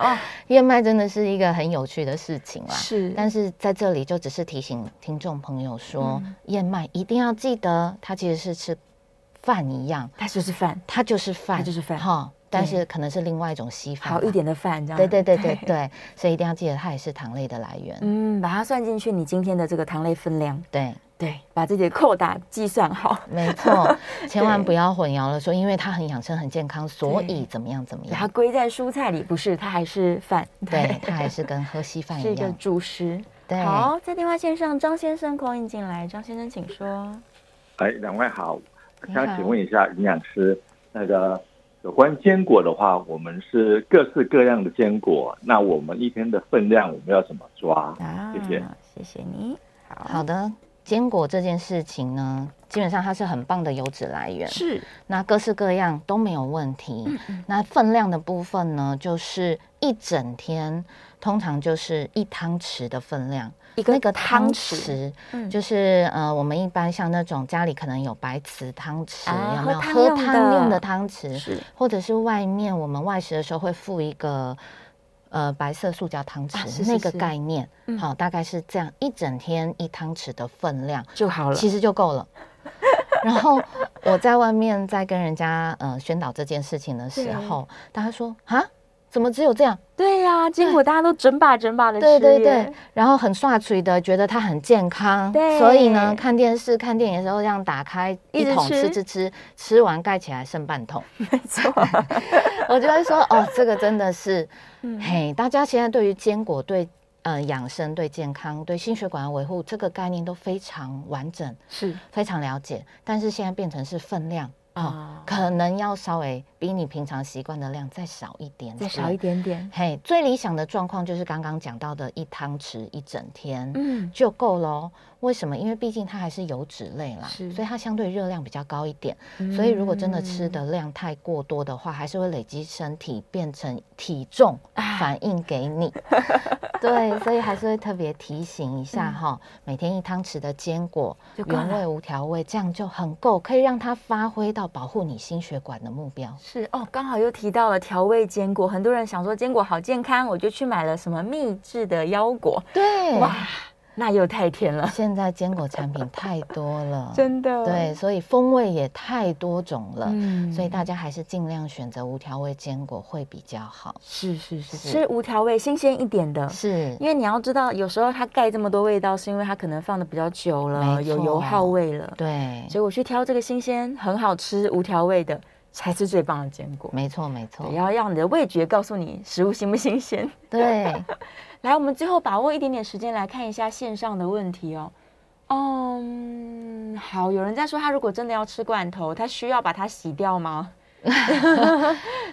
哦，
燕麦真的是一个很有趣的事情啦。
是，
但是在这里就只是提醒听众朋友说，
嗯
燕麦一定要记得，它其实是吃饭一样，
它就是饭，
它就是饭，
它就是饭
哈，但
对
是可能是另外一种稀饭，
好一。点啊的饭这样。
对对对对对，所以一定要记得它也是糖类的来源。
嗯，把它算进去，你今天的这个糖类分量，
对，
对，把自己的扣打计算好。
没 错，千万不要混淆了说，因为它很养生、很健康，所以怎么样怎么
把它
样。
归在蔬菜里，不是，它还是饭，
对，它还是跟喝稀 饭
是
一
一个
样。
主食。
对，
好，在电话线上，张先生空印进来，张先生请说。
哎，两位好，我
你
想
好
请问一下营养师，那个有关坚果的话，我们是各式各样的坚果，那我们一天的分量我们要怎么抓？
啊
谢谢，
谢谢你。
好的。坚果这件事情呢，基本上它是很棒的油脂来源，
是嗯
那各式各样都没有问题。那分量的部分呢，就是一整天，通常就是一汤匙的分量。
一个
那个汤
汤
匙
匙，嗯
就是呃，我们一般像那种家里可能有白瓷汤匙，
啊
有没有
喝汤
喝
用的
汤用的汤匙，
是
或者是外面我们外食的时候会附一个。呃，白色塑胶汤匙、
啊是是
那个
是
概念，好、
嗯
大概是这样，一整天一汤匙的分量，
就好了。
其实就够了。然后我在外面在跟人家呃宣导这件事情的时候，大家说啊，怎么只有这样？
对呀、坚果大家都整把整把的吃
对
耶，
对对，然后很刷嘴的，觉得它很健康，
对
所以呢，看电视、看电影的时候，这样打开
一
一
直
桶
吃
吃吃吃，吃完盖起来剩半桶，
没错，
我就会说，哦，这个真的是，
嗯
嘿，大家现在对于坚果、对呃养生、对健康、对心血管的维护这个概念都非常完整，
是
非常了解，但是现在变成是分量。哦
啊，
可能要稍微比你平常习惯的量再少一点，
再少一。点点，
嘿，最理想的状况就是刚刚讲到的一汤匙一整天，
嗯，
就够喽。为什么？因为毕竟它还是油脂类啦，
是
所以它相对热量比较高一点。所以如果真的吃
嗯
的量太过多的话，还是会累积身体变成体重
啊
反应给 你。对，所以还是会特别提醒一下哈、每天一汤匙的坚果，
嗯就够了
原味无调味，这样就很够，可以让它发挥到保护你心血管的目标。
是哦，刚好又提到了调味坚果，很多人想说坚果好健康，我就去买了什么秘制的腰果，
对，
哇，那又太甜 了，，
现在坚果产品太多了
真的，
对，，所以风味也太多种了。
哦嗯
所以大家还是尽量选择无调味坚果会比较好。
是是是，
是
吃无调味，新鲜一点的。
是，
因为你要知道，有时候它盖这么多味道，是因为它可能放的比较久了，
没
有
错
油耗味了。
对，
所以我去挑这个新鲜、很好吃、无调味的，才是最棒的坚果。
没错没错
对，要让你的味觉告诉你食物新不新鲜。
对，
来，我们最后把握一点点时间来看一下线上的问题哦。嗯，好，有人在说他如果真的要吃罐头，他需要把它洗掉 吗？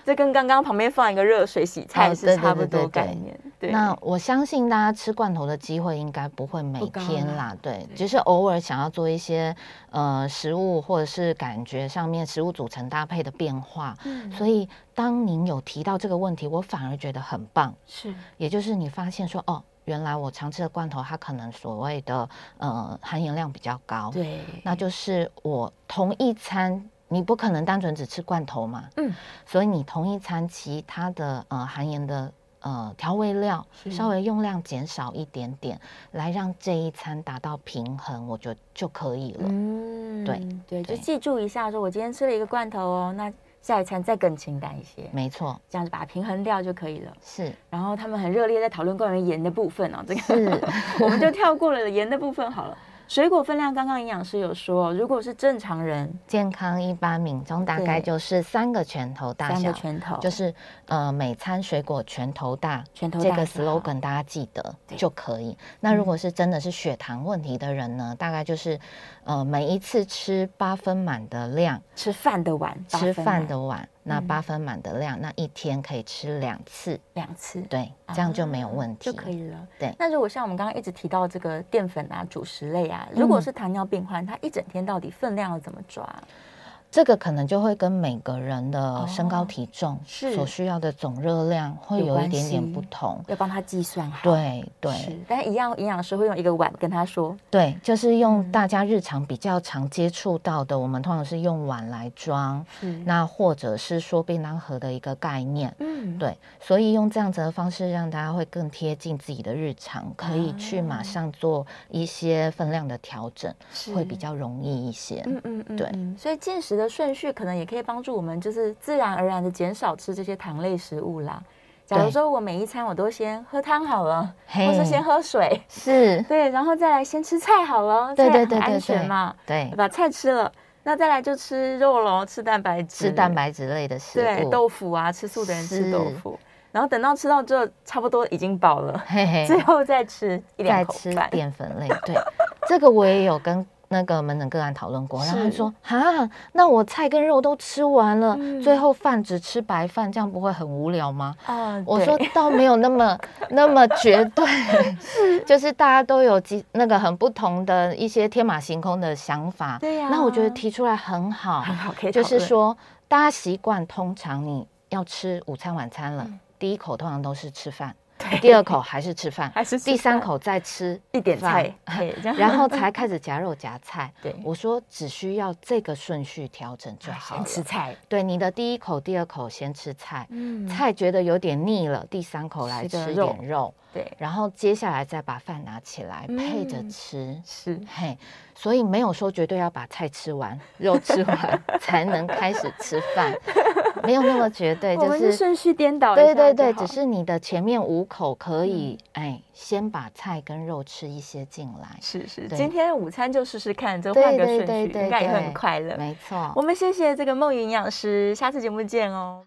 这跟刚刚旁边放一个热水洗菜
哦
是
对对
差不
对对
多
对
概念。对，
那我相信大家吃罐头的机会应该不会每
不高
天
啦
啦，对，只是偶尔想要做一些呃食物或者是感觉上面食物组成搭配的变化。
嗯
所以当您有提到这个问题，我反而觉得很棒，
是
也就是你发现说哦，原来我常吃的罐头它可能所谓的呃含盐量比较高，
对，
那就是我同一餐，你不可能单纯只吃罐头嘛，
嗯，
所以你同一餐其他的呃含盐的呃调味料
是
稍微用量减少一点点，来让这一餐达到平衡，我觉得就可以了。
嗯，
对
对，就
对
记住一下，说我今天吃了一个罐头哦，那下一餐再更清淡一些，
没错，
这样子把它平衡掉就可以了。
是
然后他们很热烈在讨论关于盐的部分哦，这个
是
我们就跳过了盐的部分好了。水果分量，刚刚营养师有说，如果是正常人，
健康一般民众大概
对
就是三个拳头大
三个
小，
拳头
就是呃每餐水果拳头大，
拳头
这
大
个
小
slogan 大家记得
啊对嗯
就可以。那如果是真的是血糖问题的人呢，大概就是呃每一次吃八分满的量，
吃饭的碗，八
吃
分
饭
满
的碗，那
嗯
八分满的量，那一天可以吃两次，
两次，
对，这样就没有问题，
啊就可。以了。
对
那如果像我们刚刚一直提到这个淀粉啊、主食类啊，如果
嗯
是糖尿病患，他一整天到底分量要怎么抓？
这个可能就会跟每个人的身高
哦
体重
是
所需要的总热量会
有
有一
关
点点
系
不同。
要帮他计算好。
对对
是，但一样，营养师会用一个碗跟他说，
对，就是用
嗯
大家日常比较常接触到的，我们通常是用碗来装，
那
那或者是说便当盒的一个概念。
嗯，
对，所以用这样子的方式，让大家会更贴近自己的日常，可
啊
以去马上做一些分量的调整，会比较容易一些。
嗯嗯嗯，
对
嗯所以进食的顺序可能也可以帮助我们，就是自然而然的减少吃这些糖类食物啦。假如
对
说我每一餐我都先喝汤好了，或是
嘿
先喝水，
是，
对，然后再来先吃菜好了，
对
菜
对
很
对
安
对
全
对
嘛，
对，
把菜吃了，那再来就吃肉喽，吃蛋白质，
吃蛋白质类的食
对
物，
豆腐啊，吃素的人吃豆
是
腐，然后等到吃到这差不多已经饱了，
嘿嘿，
最后再吃一两
再
口
吃
饭，
淀粉类。对，这个我也有跟那个门诊个案讨论过，然后他
是
说哈，那我菜跟肉都吃完了，最
嗯
后饭只吃白饭，这样不会很无聊吗？
啊，
我
对
说倒没有那 么那么绝对， 就是大家都有几那个很不同的一些天马行空的想法。
对呀
那我觉得提出来很好，
很好，可以
就
讨
是
论
说大家习惯通常你要吃午餐晚餐了，
嗯
第一口通常都是吃饭，第二口还是吃饭，
还是吃
第三
饭
口再吃
一点
饭
菜，对，这样
然后才开始夹肉夹 菜。
对
我说只需要这个顺序调整就好
啊先
了。
吃菜，
对，你的第一口、第二口先吃菜，
嗯，
菜觉得有点腻了，第三口来
吃个
吃一
肉
点肉，
对，
然后接下来再把饭拿起来、配着
嗯
吃。
是
嘿，所以没有说绝对要把菜 吃完、肉吃完才能开始吃饭，没有那么绝对，
我
就
们是
是。
顺序颠倒一
对
下
对
就
对，
好嗯
只是你的前面五口可以，哎，先把菜跟肉吃一些进来，
是是，
对
今天午餐就试试看，就
对
换个
对
顺
对
序，
对
应该也会
对
很快乐。
没错
我。们谢谢这个梦云营养师，下次节目见哦。